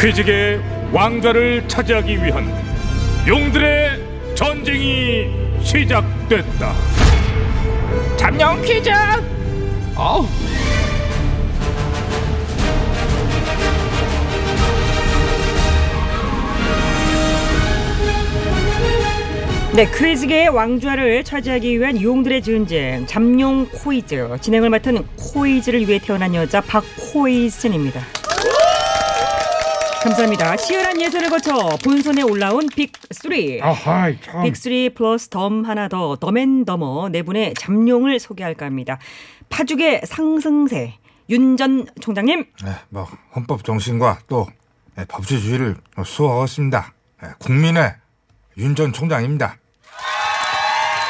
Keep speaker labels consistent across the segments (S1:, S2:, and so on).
S1: 퀴직의 왕좌를 차지하기 위한 용들의 전쟁이 시작됐다.
S2: 잠룡 퀴즈 어우
S3: 네, 퀴즈계의 왕좌를 차지하기 위한 용들의 전쟁 잠룡 코이즈 진행을 맡은 코이즈를 위해 태어난 여자 박코이슨입니다. 감사합니다. 치열한 예선을 거쳐 본선에 올라온 빅3.
S4: 아하 참.
S3: 빅3 플러스 덤 하나 더, 덤앤더머 네 분의 잠룡을 소개할까 합니다. 파죽의 상승세, 윤 전 총장님,
S4: 예, 뭐 헌법 정신과 또 예, 법치주의를 수호하고 있습니다. 예, 국민의 윤 전 총장입니다.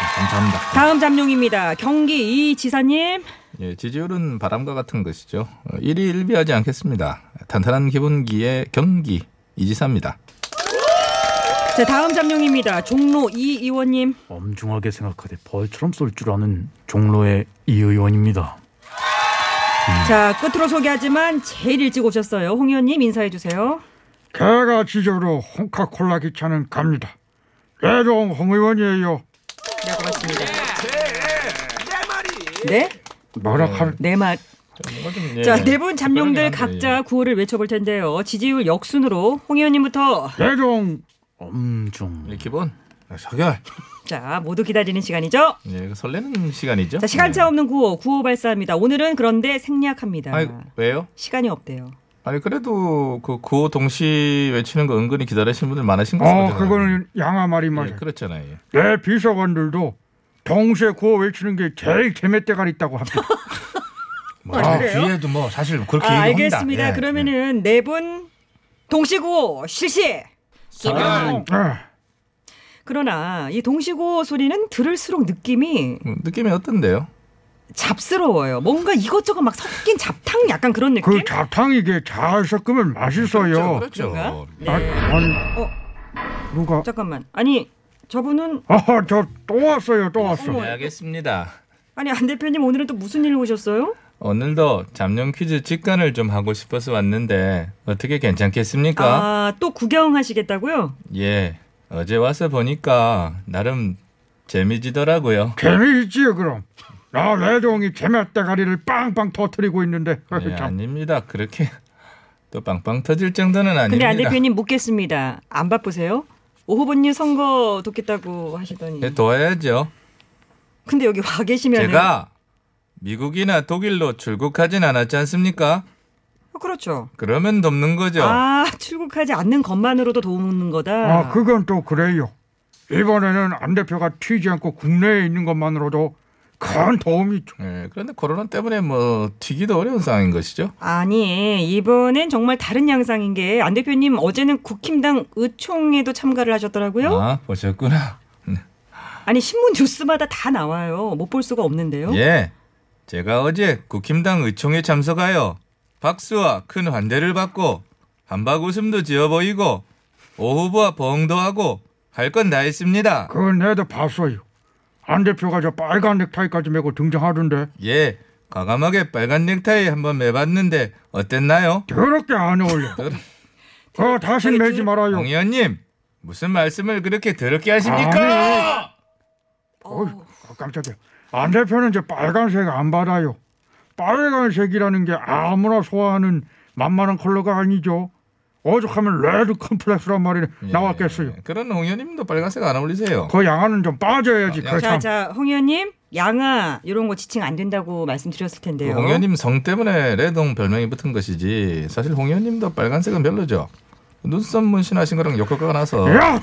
S4: 네, 감사합니다.
S3: 다음 잠룡입니다. 경기 이 지사님,
S5: 예, 지지율은 바람과 같은 것이죠. 1위 1비하지 않겠습니다. 탄탄한 기본기의 경기 이지사입니다.
S3: 자, 다음 잠룡입니다. 종로 이 의원님.
S6: 엄중하게 생각하되 벌처럼 쏠 줄 아는 종로의 이 의원입니다.
S3: 자 끝으로 소개하지만 제일 일찍 오셨어요 홍 의원님 인사해 주세요
S7: 개가 지저로 홍카콜라 기차는 갑니다. 예종 홍 의원이에요.
S3: 네 고맙습니다 네네말자네 분
S7: 뭐라 할
S3: 예,
S4: 네.
S3: 네 잠룡들 각자 구호를 외쳐볼 텐데요 지지율 역순으로 홍 의원님부터
S7: 예종
S6: 엄중
S5: 예, 기본
S4: 예, 서결
S3: 자 모두 기다리는 시간이죠
S5: 예, 설레는 시간이죠. 예.
S4: 네.
S3: 자 시간차 없는 구호 구호 발사합니다 오늘은 그런데 생략합니다
S5: 아이 왜요?
S3: 시간이 없대요
S5: 아니 그래도 그 구호 동시 외치는 거 은근히 기다리시는 분들 많으신 거
S7: 어
S5: 같아요.
S7: 그거는 양아 말이 맞아.
S5: 예, 그렇잖아요. 예.
S7: 내 비서관들도 동시에 구호 외치는 게 제일 재밌대가 있다고 합니다.
S4: 뭐,
S3: 아,
S4: 아,
S3: 그래요?
S4: 뒤에도 뭐 사실 그렇게
S3: 아
S4: 얘기합니다.
S5: 예.
S4: 예.
S3: 알겠습니다 그러면은 네 분 동시 구호 실시
S5: 아,
S7: 예.
S3: 그러나 이 동시 구호 소리는 들을수록 느낌이
S5: 음, 느낌이 어떤데요?
S3: 잡스러워요. 뭔가 이것저것 막 섞인 잡탕 약간 그런 느낌?
S7: 그 잡탕 이게 잘 섞으면 맛있어요.
S5: 그렇죠.
S3: 그런가?
S5: 예.
S7: 아, 아니
S3: 어.
S7: 누가?
S3: 잠깐만. 아니 저분은
S7: 아 저 또 왔어요 또 왔어.
S5: 네, 알겠습니다.
S3: 아니 안 대표님 오늘은 또 무슨 일로 오셨어요?
S5: 오늘도 잠룡 퀴즈 직관을 좀 하고 싶어서 왔는데 어떻게 괜찮겠습니까?
S3: 아 또 구경하시겠다고요?
S5: 예. 어제 와서 보니까 나름 재미지더라고요.
S7: 재미있지요 그럼. 나 외종이 재맛대가리를 빵빵 터뜨리고 있는데
S3: 그렇죠.
S5: 예,
S7: 참.
S5: 아닙니다. 그렇게 또 빵빵 터질 정도는
S3: 근데
S5: 아닙니다.
S3: 안 대표님 묻겠습니다. 안 바쁘세요? 오 후보님 선거 돕겠다고 하시더니
S5: 예, 도와야죠.
S3: 근데 여기 와 계시면
S5: 제가 미국이나 독일로 출국하진 않았지 않습니까?
S3: 그렇죠.
S5: 그러면 돕는 거죠.
S3: 아 출국하지 않는 것만으로도 도움은 거다.
S7: 아, 그건 또 그래요. 이번에는 안 대표가 튀지 않고 국내에 있는 것만으로도 큰 도움이 죠
S5: 예, 그런데 코로나 때문에 뭐 튀기도 어려운 상황인 것이죠.
S3: 아니 이번엔 정말 다른 양상인 게 안 대표님 어제는 국힘당 의총에도 참가를 하셨더라고요.
S5: 아, 보셨구나.
S3: 아니 신문 뉴스마다 다 나와요. 못 볼 수가 없는데요.
S5: 예. 제가 어제 국힘당 의총에 참석하여 박수와 큰 환대를 받고 한박 웃음도 지어 보이고 오후보와 봉도 하고 할 건 다 했습니다.
S7: 그건 내도 봤어요. 안 대표가 저 빨간 넥타이까지 메고 등장하던데
S5: 예. 과감하게 빨간 넥타이 한번 매봤는데 어땠나요?
S7: 더럽게 안 어울려. 어, 다시 메지 말아요.
S5: 정 의원님 무슨 말씀을 그렇게 더럽게 하십니까?
S7: 어이, 어, 깜짝이야. 안 대표는 저 빨간색 안 받아요. 빨간색이라는 게 아무나 소화하는 만만한 컬러가 아니죠. 오죽하면 레드 컴플렉스란 말이 나왔겠어요.
S5: 예, 그런 홍 의원님도 빨간색 안 어울리세요.
S7: 그 양아는 좀 빠져야지.
S5: 아,
S7: 그래
S3: 자,
S7: 참.
S3: 자, 홍 의원님, 양아 이런 거 지칭 안 된다고 말씀드렸을
S7: 예, 어?
S3: 텐데요.
S5: 홍 의원님 성 때문에 레동 별명이 붙은 것이지 사실 홍 의원님도 빨간색은 별로죠. 눈썹 문신하신 거랑 역효과가 나서 어,
S7: 야!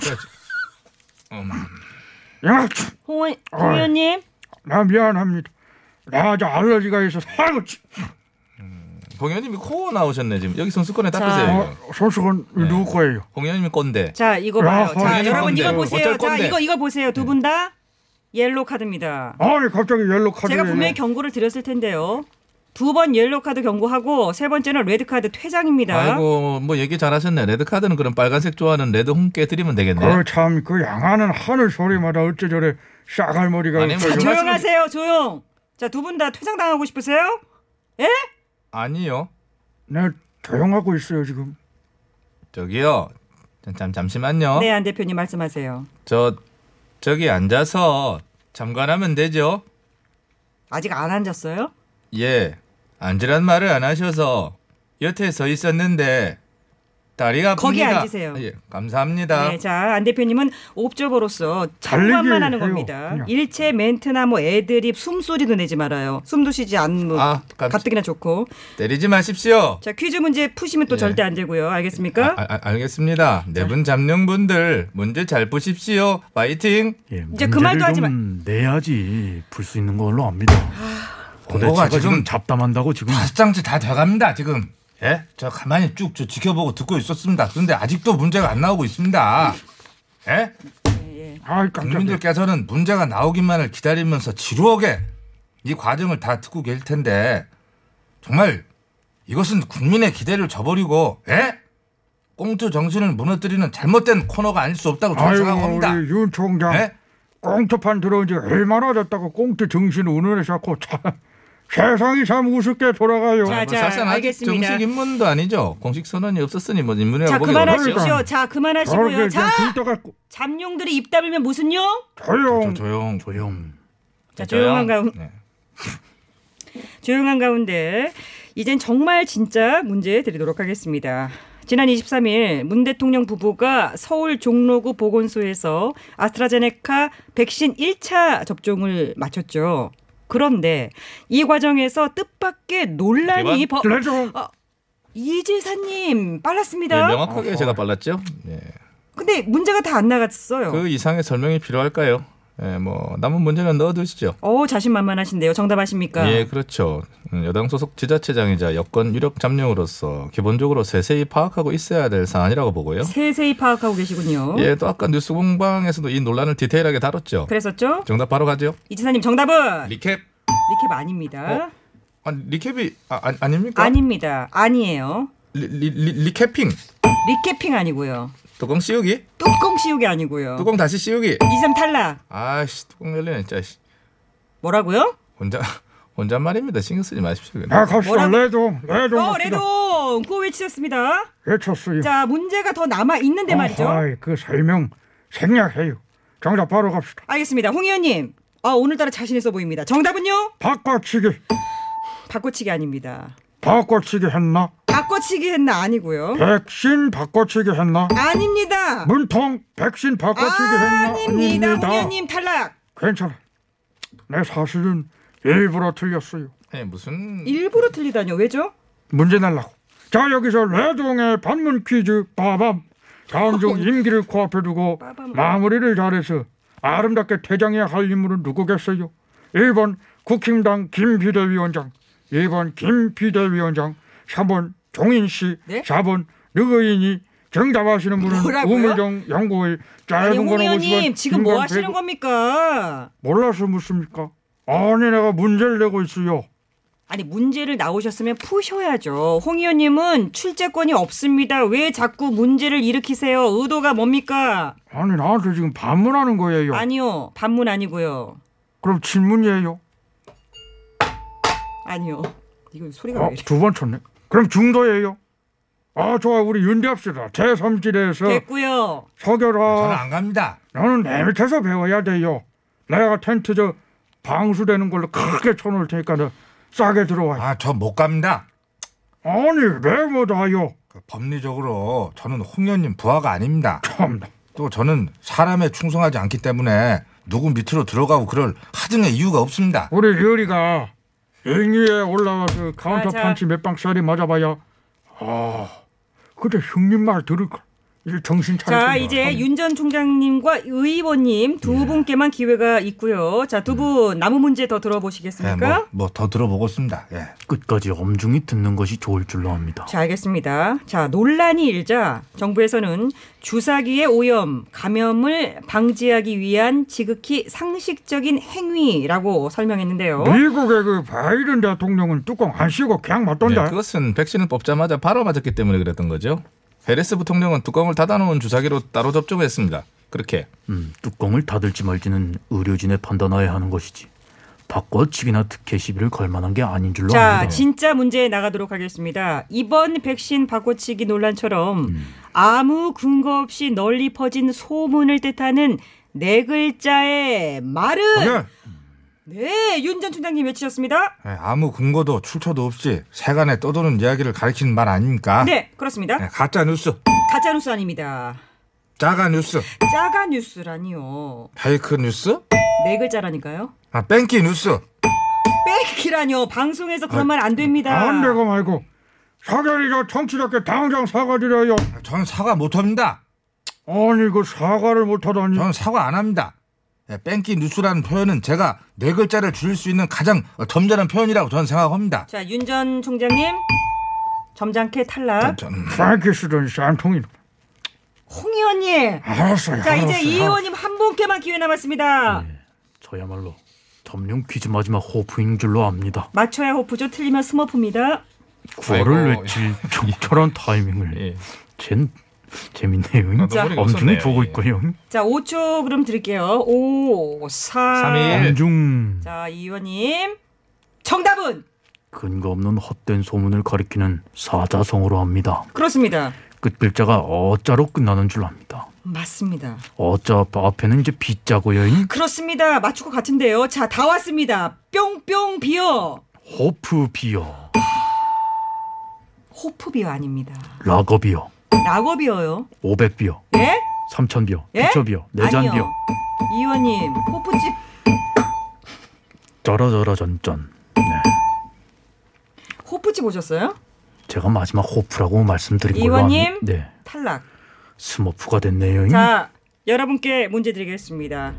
S7: 야! 참.
S3: 홍 의-
S5: 아,
S3: 홍 의원님,
S7: 나 미안합니다. 나 저 알러지가 있어서 아이고 치-
S5: 홍 의원님이 코어 나오셨네 지금 여기 손수건에
S7: 어,
S5: 닦으세요.
S7: 손수건
S4: 네.
S7: 누구 거예요?
S5: 홍 의원님이 꼰대.
S3: 자 이거 봐요.
S7: 야, 홍
S3: 자,
S5: 의원님
S3: 여러분
S5: 뭔데?
S3: 이거 보세요.
S5: 어쩔
S3: 자,
S5: 아, 건데? 네.
S3: 이거 이거 보세요. 두 분 다 옐로 카드입니다.
S7: 아니 갑자기 옐로 카드
S3: 제가 분명히
S5: 네.
S3: 경고를 드렸을 텐데요. 두 번 옐로 카드 경고하고 세 번째는 레드 카드 퇴장입니다.
S5: 아이고 뭐 얘기 잘하셨네. 레드 카드는 그럼 빨간색 좋아하는 레드 홍께 드리면
S7: 어?
S5: 되겠네요.
S7: 그참그 양아는 하늘 소리마다 어째 저래 싸갈머리가
S5: 아니,
S7: 있어요.
S5: 뭐-
S3: 조용하세요, 조용. 자, 두 분 다 퇴장 당하고 싶으세요?
S5: 아니요.
S7: 내 조용하고 있어요 지금.
S5: 저기요. 잠- 잠, 잠시만요.
S3: 네, 안 대표님 말씀하세요.
S5: 저 저기 앉아서 참관하면 되죠?
S3: 아직 안 앉았어요?
S5: 예. 앉으란 말을 안 하셔서 여태 서 있었는데 다리가 아픕니다.
S3: 거기 앉으세요.
S5: 예, 감사합니다.
S3: 네, 자, 안 대표님은 옵저버로서 참관만
S7: 달리기를
S3: 하는
S7: 해요,
S3: 겁니다.
S7: 그냥.
S3: 일체 멘트나 뭐 애드립, 숨소리도 내지 말아요. 숨도 쉬지 않는 뭐
S5: 아, 깜-
S3: 가뜩이나 좋고.
S5: 때리지 마십시오.
S3: 자, 퀴즈 문제 푸시면 또
S5: 예.
S3: 절대 안 되고요. 알겠습니까?
S5: 아, 아, 알겠습니다. 네 분 잠룡분들 문제 잘 푸십시오. 파이팅.
S6: 예,
S3: 이제 그 말도
S6: 문제를
S3: 하지 아,
S6: 좀 내야지 풀 수 있는 걸로 압니다.
S4: 공고가
S6: 도대체가 지금,
S4: 지금
S6: 잡담한다고 지금
S4: 다섯 장째 다 돼갑니다 지금. 예? 저 가만히 쭉 저 지켜보고 듣고 있었습니다. 그런데 아직도 문제가 안 나오고 있습니다. 예?
S7: 아이 깜짝이야.
S4: 국민들께서는 문제가 나오기만을 기다리면서 지루하게 이 과정을 다 듣고 계실 텐데 정말 이것은 국민의 기대를 저버리고 예? 꽁투 정신을 무너뜨리는 잘못된 코너가 아닐 수 없다고 저는
S7: 아이고
S4: 생각합니다.
S7: 우리 윤 총장
S4: 예?
S7: 꽁트판 들어온 지 얼마나 됐다고 꽁트 정신 운운해 잡고 참 세상이 참 우습게 돌아가요.
S3: 자,
S5: 뭐 사실은 아직
S3: 알겠습니다.
S5: 정식 입문도 아니죠. 공식 선언이 없었으니 뭐
S3: 자,
S5: 입문이라고
S3: 그만하십시오.
S7: 그러니까.
S3: 자, 그만하시고요. 자,
S7: 둘다가
S3: 잠룡들이 입 다물면 무슨 용?
S7: 조용.
S4: 그러니까. 조용.
S6: 조용.
S3: 자, 조용한 가운데.
S4: 네.
S3: 조용한 가운데 이젠 정말 진짜 문제 드리도록 하겠습니다. 지난 23일 문 대통령 부부가 서울 종로구 보건소에서 아스트라제네카 백신 1차 접종을 마쳤죠. 그런데 이 과정에서 뜻밖의 논란이 버...
S7: 레종.
S3: 이지사님
S5: 예,
S3: 빨랐습니다.
S5: 명확하게 제가 발랐죠. 예.
S3: 근데 문제가 다 안 나갔어요.
S5: 그 이상의 설명이 필요할까요? 예, 뭐 남은 문제는 넣어두시죠.
S3: 어 자신만만하신데요. 정답하십니까?
S5: 예, 그렇죠. 음, 여당 소속 지자체장이자 여권 유력 잠룡으로서 기본적으로 세세히 파악하고 있어야 될 사안이라고 보고요.
S3: 세세히 파악하고 계시군요.
S5: 예, 또 아까 뉴스 공방에서도 이 논란을 디테일하게 다뤘죠.
S3: 그랬었죠?
S5: 정답 바로 가죠.
S3: 이지사님
S4: 아,
S3: 정답은
S5: 리캡.
S3: 리캡 아닙니다.
S5: 아, 리캡이 아, 아,
S7: 뭐?
S5: 아닙니까?
S3: 아닙니다. 아니에요.
S5: 리, 리, 리, 리캡핑.
S3: 리캐핑 아니고요.
S5: 뚜껑 씌우기.
S3: 뚜껑 씌우기 아니고요.
S5: 뚜껑 다시 씌우기.
S3: 이삼 탈락.
S5: 아씨, 뚜껑 열리네. 진짜 씨.
S3: 뭐라고요?
S5: 혼자 혼잣말입니다. 신경 쓰지 마십시오. 그냥.
S7: 아 갑시다
S3: 뭐라고?
S7: 레종. 레종.
S3: 어,
S7: 갑시다.
S3: 레동 구호 외치셨습니다.
S7: 외쳤어요.
S3: 자, 문제가 더 남아 있는데 말이죠.
S7: 아이, 그 설명 생략해요. 정답 바로 갑시다.
S3: 알겠습니다. 홍 의원님. 아, 오늘따라 자신 있어 보입니다. 정답은요?
S7: 바꿔치기.
S3: 바꿔치기 아닙니다.
S7: 바꿔치기 했나?
S3: 바꿔치기 했나 아니고요.
S7: 백신 바꿔치기 했나?
S3: 아닙니다.
S7: 문통 백신 바꿔치기 했나?
S3: 아닙니다. 홍 의원님 탈락.
S7: 괜찮아. 내 사실은 일부러 틀렸어요.
S5: 아니, 예, 무슨
S3: 일부러 틀리다뇨. 왜죠?
S7: 문제 날라고. 자 여기서 레동의 반문 퀴즈 빠밤. 다음 중 임기를 코앞에 두고
S3: 빠밤.
S7: 마무리를 잘해서 아름답게 퇴장해야 할 인물은 누구겠어요? 1번 국힘당 김비대위원장 2번 김비대위원장 3번 종인씨
S3: 네?
S7: 4번 느그인이 정답하시는 분은
S3: 뭐라고요?
S7: 우물정 연구의
S3: 아니,
S7: 짧은
S3: 홍
S7: 거는
S3: 의원님
S7: 50원
S3: 지금 뭐 하시는 겁니까?
S7: 몰라서 묻습니까? 아니 내가 문제를 내고 있어요
S3: 아니 문제를 나오셨으면 푸셔야죠. 홍 의원님은 출제권이 없습니다. 왜 자꾸 문제를 일으키세요? 의도가 뭡니까?
S7: 아니 나한테 지금 반문하는 거예요
S3: 아니요. 반문 아니고요.
S7: 그럼 질문이에요
S3: 아니요. 이거 소리가
S7: 어,
S3: 왜 이래?
S7: 두 번 쳤네. 그럼 중도예요. 아, 좋아. 우리 윤대합시다. 제3지대에서
S3: 네. 됐고요.
S4: 저는
S7: 서결아.
S4: 안 갑니다.
S7: 너는 내 밑에서 배워야 돼요. 내가 텐트 저 방수되는 걸로 크게 쳐놓을 테니까 너 싸게 들어와.
S4: 아, 저 못 갑니다.
S7: 아니, 왜 못와요?
S4: 그 법리적으로 저는 홍현님 부하가 아닙니다.
S7: 참나.
S4: 또 저는 사람에 충성하지 않기 때문에 누구 밑으로 들어가고 그럴 하등의 이유가 없습니다.
S7: 우리 유리가 잉위에 올라와서 카운터
S3: 아, 자.
S7: 판치 몇 방 쏴리 맞아봐야. 아, 그때 형님 말 들을걸. 이제 정신 차리고.
S3: 자 이제 윤 전 총장님과 의원님 두 분께만 기회가 있고요. 자 두 분 남은 문제 더
S4: 예,
S5: 네,
S3: 들어보시겠습니까?
S4: 뭐, 뭐 더 들어보겠습니다. 예.
S6: 끝까지 엄중히 듣는 것이 좋을 줄로 압니다.
S3: 자, 알겠습니다. 자, 논란이 일자 정부에서는 주사기의 오염, 감염을 방지하기 위한 지극히 상식적인 행위라고 설명했는데요.
S7: 미국의 그 바이든 대통령은 뚜껑 안 씌고 그냥 맞던데.
S5: 예, 그것은 백신을 뽑자마자 바로 맞았기 때문에 그랬던 거죠. 헤레스 부통령은 뚜껑을 닫아놓은 주사기로 따로 접종했습니다. 그렇게
S6: 음, 뚜껑을 닫을지 말지는 의료진의 판단하에 하는 것이지. 바꿔치기나 특혜 시비를 걸 만한 게 아닌 줄로
S3: 자,
S6: 압니다.
S3: 진짜 문제에 나가도록 하겠습니다. 이번 백신 바꿔치기 논란처럼 아무 근거 없이 널리 퍼진 소문을 뜻하는 네 글자의 말은
S4: 그게
S3: 네, 윤 전 총장님 외치셨습니다.
S4: 예, 아무 근거도 출처도 없이 세간에 떠도는 이야기를 가리키는 말 아닙니까?
S3: 네, 그렇습니다.
S4: 예, 가짜 뉴스,
S3: 가짜 뉴스 아닙니다.
S4: 짜가 뉴스,
S3: 짜가 뉴스라니요.
S4: 페이크 뉴스,
S3: 네 글자라니까요.
S4: 아, 뺑기 뉴스.
S3: 빽이라뇨. 방송에서 그런 말 안 됩니다.
S7: 아, 안 되고 말고 사결이가 청취자께 당장 사과드려요.
S4: 저는 사과 못합니다.
S7: 아니 그 사과를 못하다니.
S3: 아.
S4: 저는 사과 안 합니다. 예, 뺑기 뉴스라는 표현은 제가 네 글자를 줄일 수 있는 가장 어, 점잖은 표현이라고 저는 생각합니다.
S3: 자, 윤 전 총장님. 점잖게 탈락.
S4: 저는 뭐
S7: 프랭키 쓰던 쌍통이.
S3: 홍 의원님.
S7: 알았어요.
S3: 자,
S7: 알았어요.
S3: 그러니까 이제 이 의원님 한 분께만 기회 남았습니다.
S6: 저야말로 점령 퀴즈 마지막 호프인 줄로 압니다.
S3: 맞춰야 호프죠. 틀리면 스머프입니다.
S6: 구호를
S5: 아이고,
S6: 외칠 적절한 타이밍을
S5: 예.
S6: 쟨 재밌네요.
S3: 자.
S5: 머리가
S6: 엄중
S5: 없었네.
S6: 보고
S5: 예.
S6: 있고요.
S3: 자, 5초 그럼 드릴게요. 5, 4.
S5: 삼, 일. 예.
S6: 엄중
S3: 자, 이 의원님. 정답은
S6: 근거 없는 헛된 소문을 가리키는 사자성어로 합니다.
S3: 그렇습니다.
S6: 끝글자가 어자로 끝나는 줄 압니다.
S3: 맞습니다.
S6: 어자 앞에는 이제 비자고요. 이
S3: 그렇습니다. 맞출 것 같은데요. 자, 다 왔습니다. 뿅뿅 비어.
S6: 호프 비어,
S3: 호프 비어 아닙니다.
S6: 라거 비어,
S3: 라거 비어요.
S6: 오백 비어,
S3: 예?
S6: 삼천 비어,
S3: 예?
S6: 부처 비어, 내잔 비어.
S3: 아니요. 이 의원님, 호프집
S6: 쩌러쩌러 전전. 네.
S3: 호프집 오셨어요?
S6: 제가 마지막 호프라고 말씀드린 걸로
S3: 이원님?
S6: 압니- 네.
S3: 탈락.
S6: 스머프가 됐네요.
S3: 자, 여러분께 문제 드리겠습니다.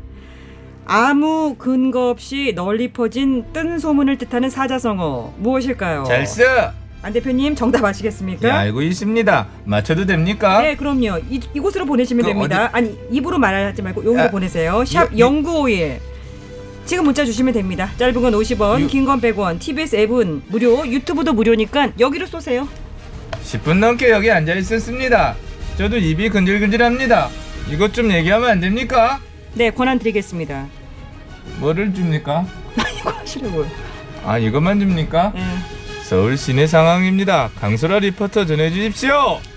S3: 아무 근거 없이 널리 퍼진 뜬 소문을 뜻하는 사자성어 무엇일까요?
S5: 잘 써.
S3: 안 대표님 정답
S5: 예,
S3: 아시겠습니까?
S5: 알고 있습니다. 맞춰도 됩니까?
S3: 네, 그럼요. 이, 이곳으로 보내시면
S5: 그
S3: 됩니다. 아니, 입으로 말하지 말고 용으로
S5: 아,
S3: 보내세요. 샵 0951. 지금 문자 주시면 됩니다. 짧은 건 50원, 긴 건 100원. TBS 앱은 무료, 유튜브도 무료니까 여기로 쏘세요.
S5: 10분 넘게 여기 앉아 있었습니다. 저도 입이 근질근질합니다. 이것 좀 얘기하면 안 됩니까?
S3: 네, 권한 드리겠습니다.
S5: 뭐를 줍니까?
S3: 이거 하시라고요.
S5: 아 이것만 줍니까?
S3: 예.
S5: 서울 시내 상황입니다. 강소라 리포터 전해주십시오.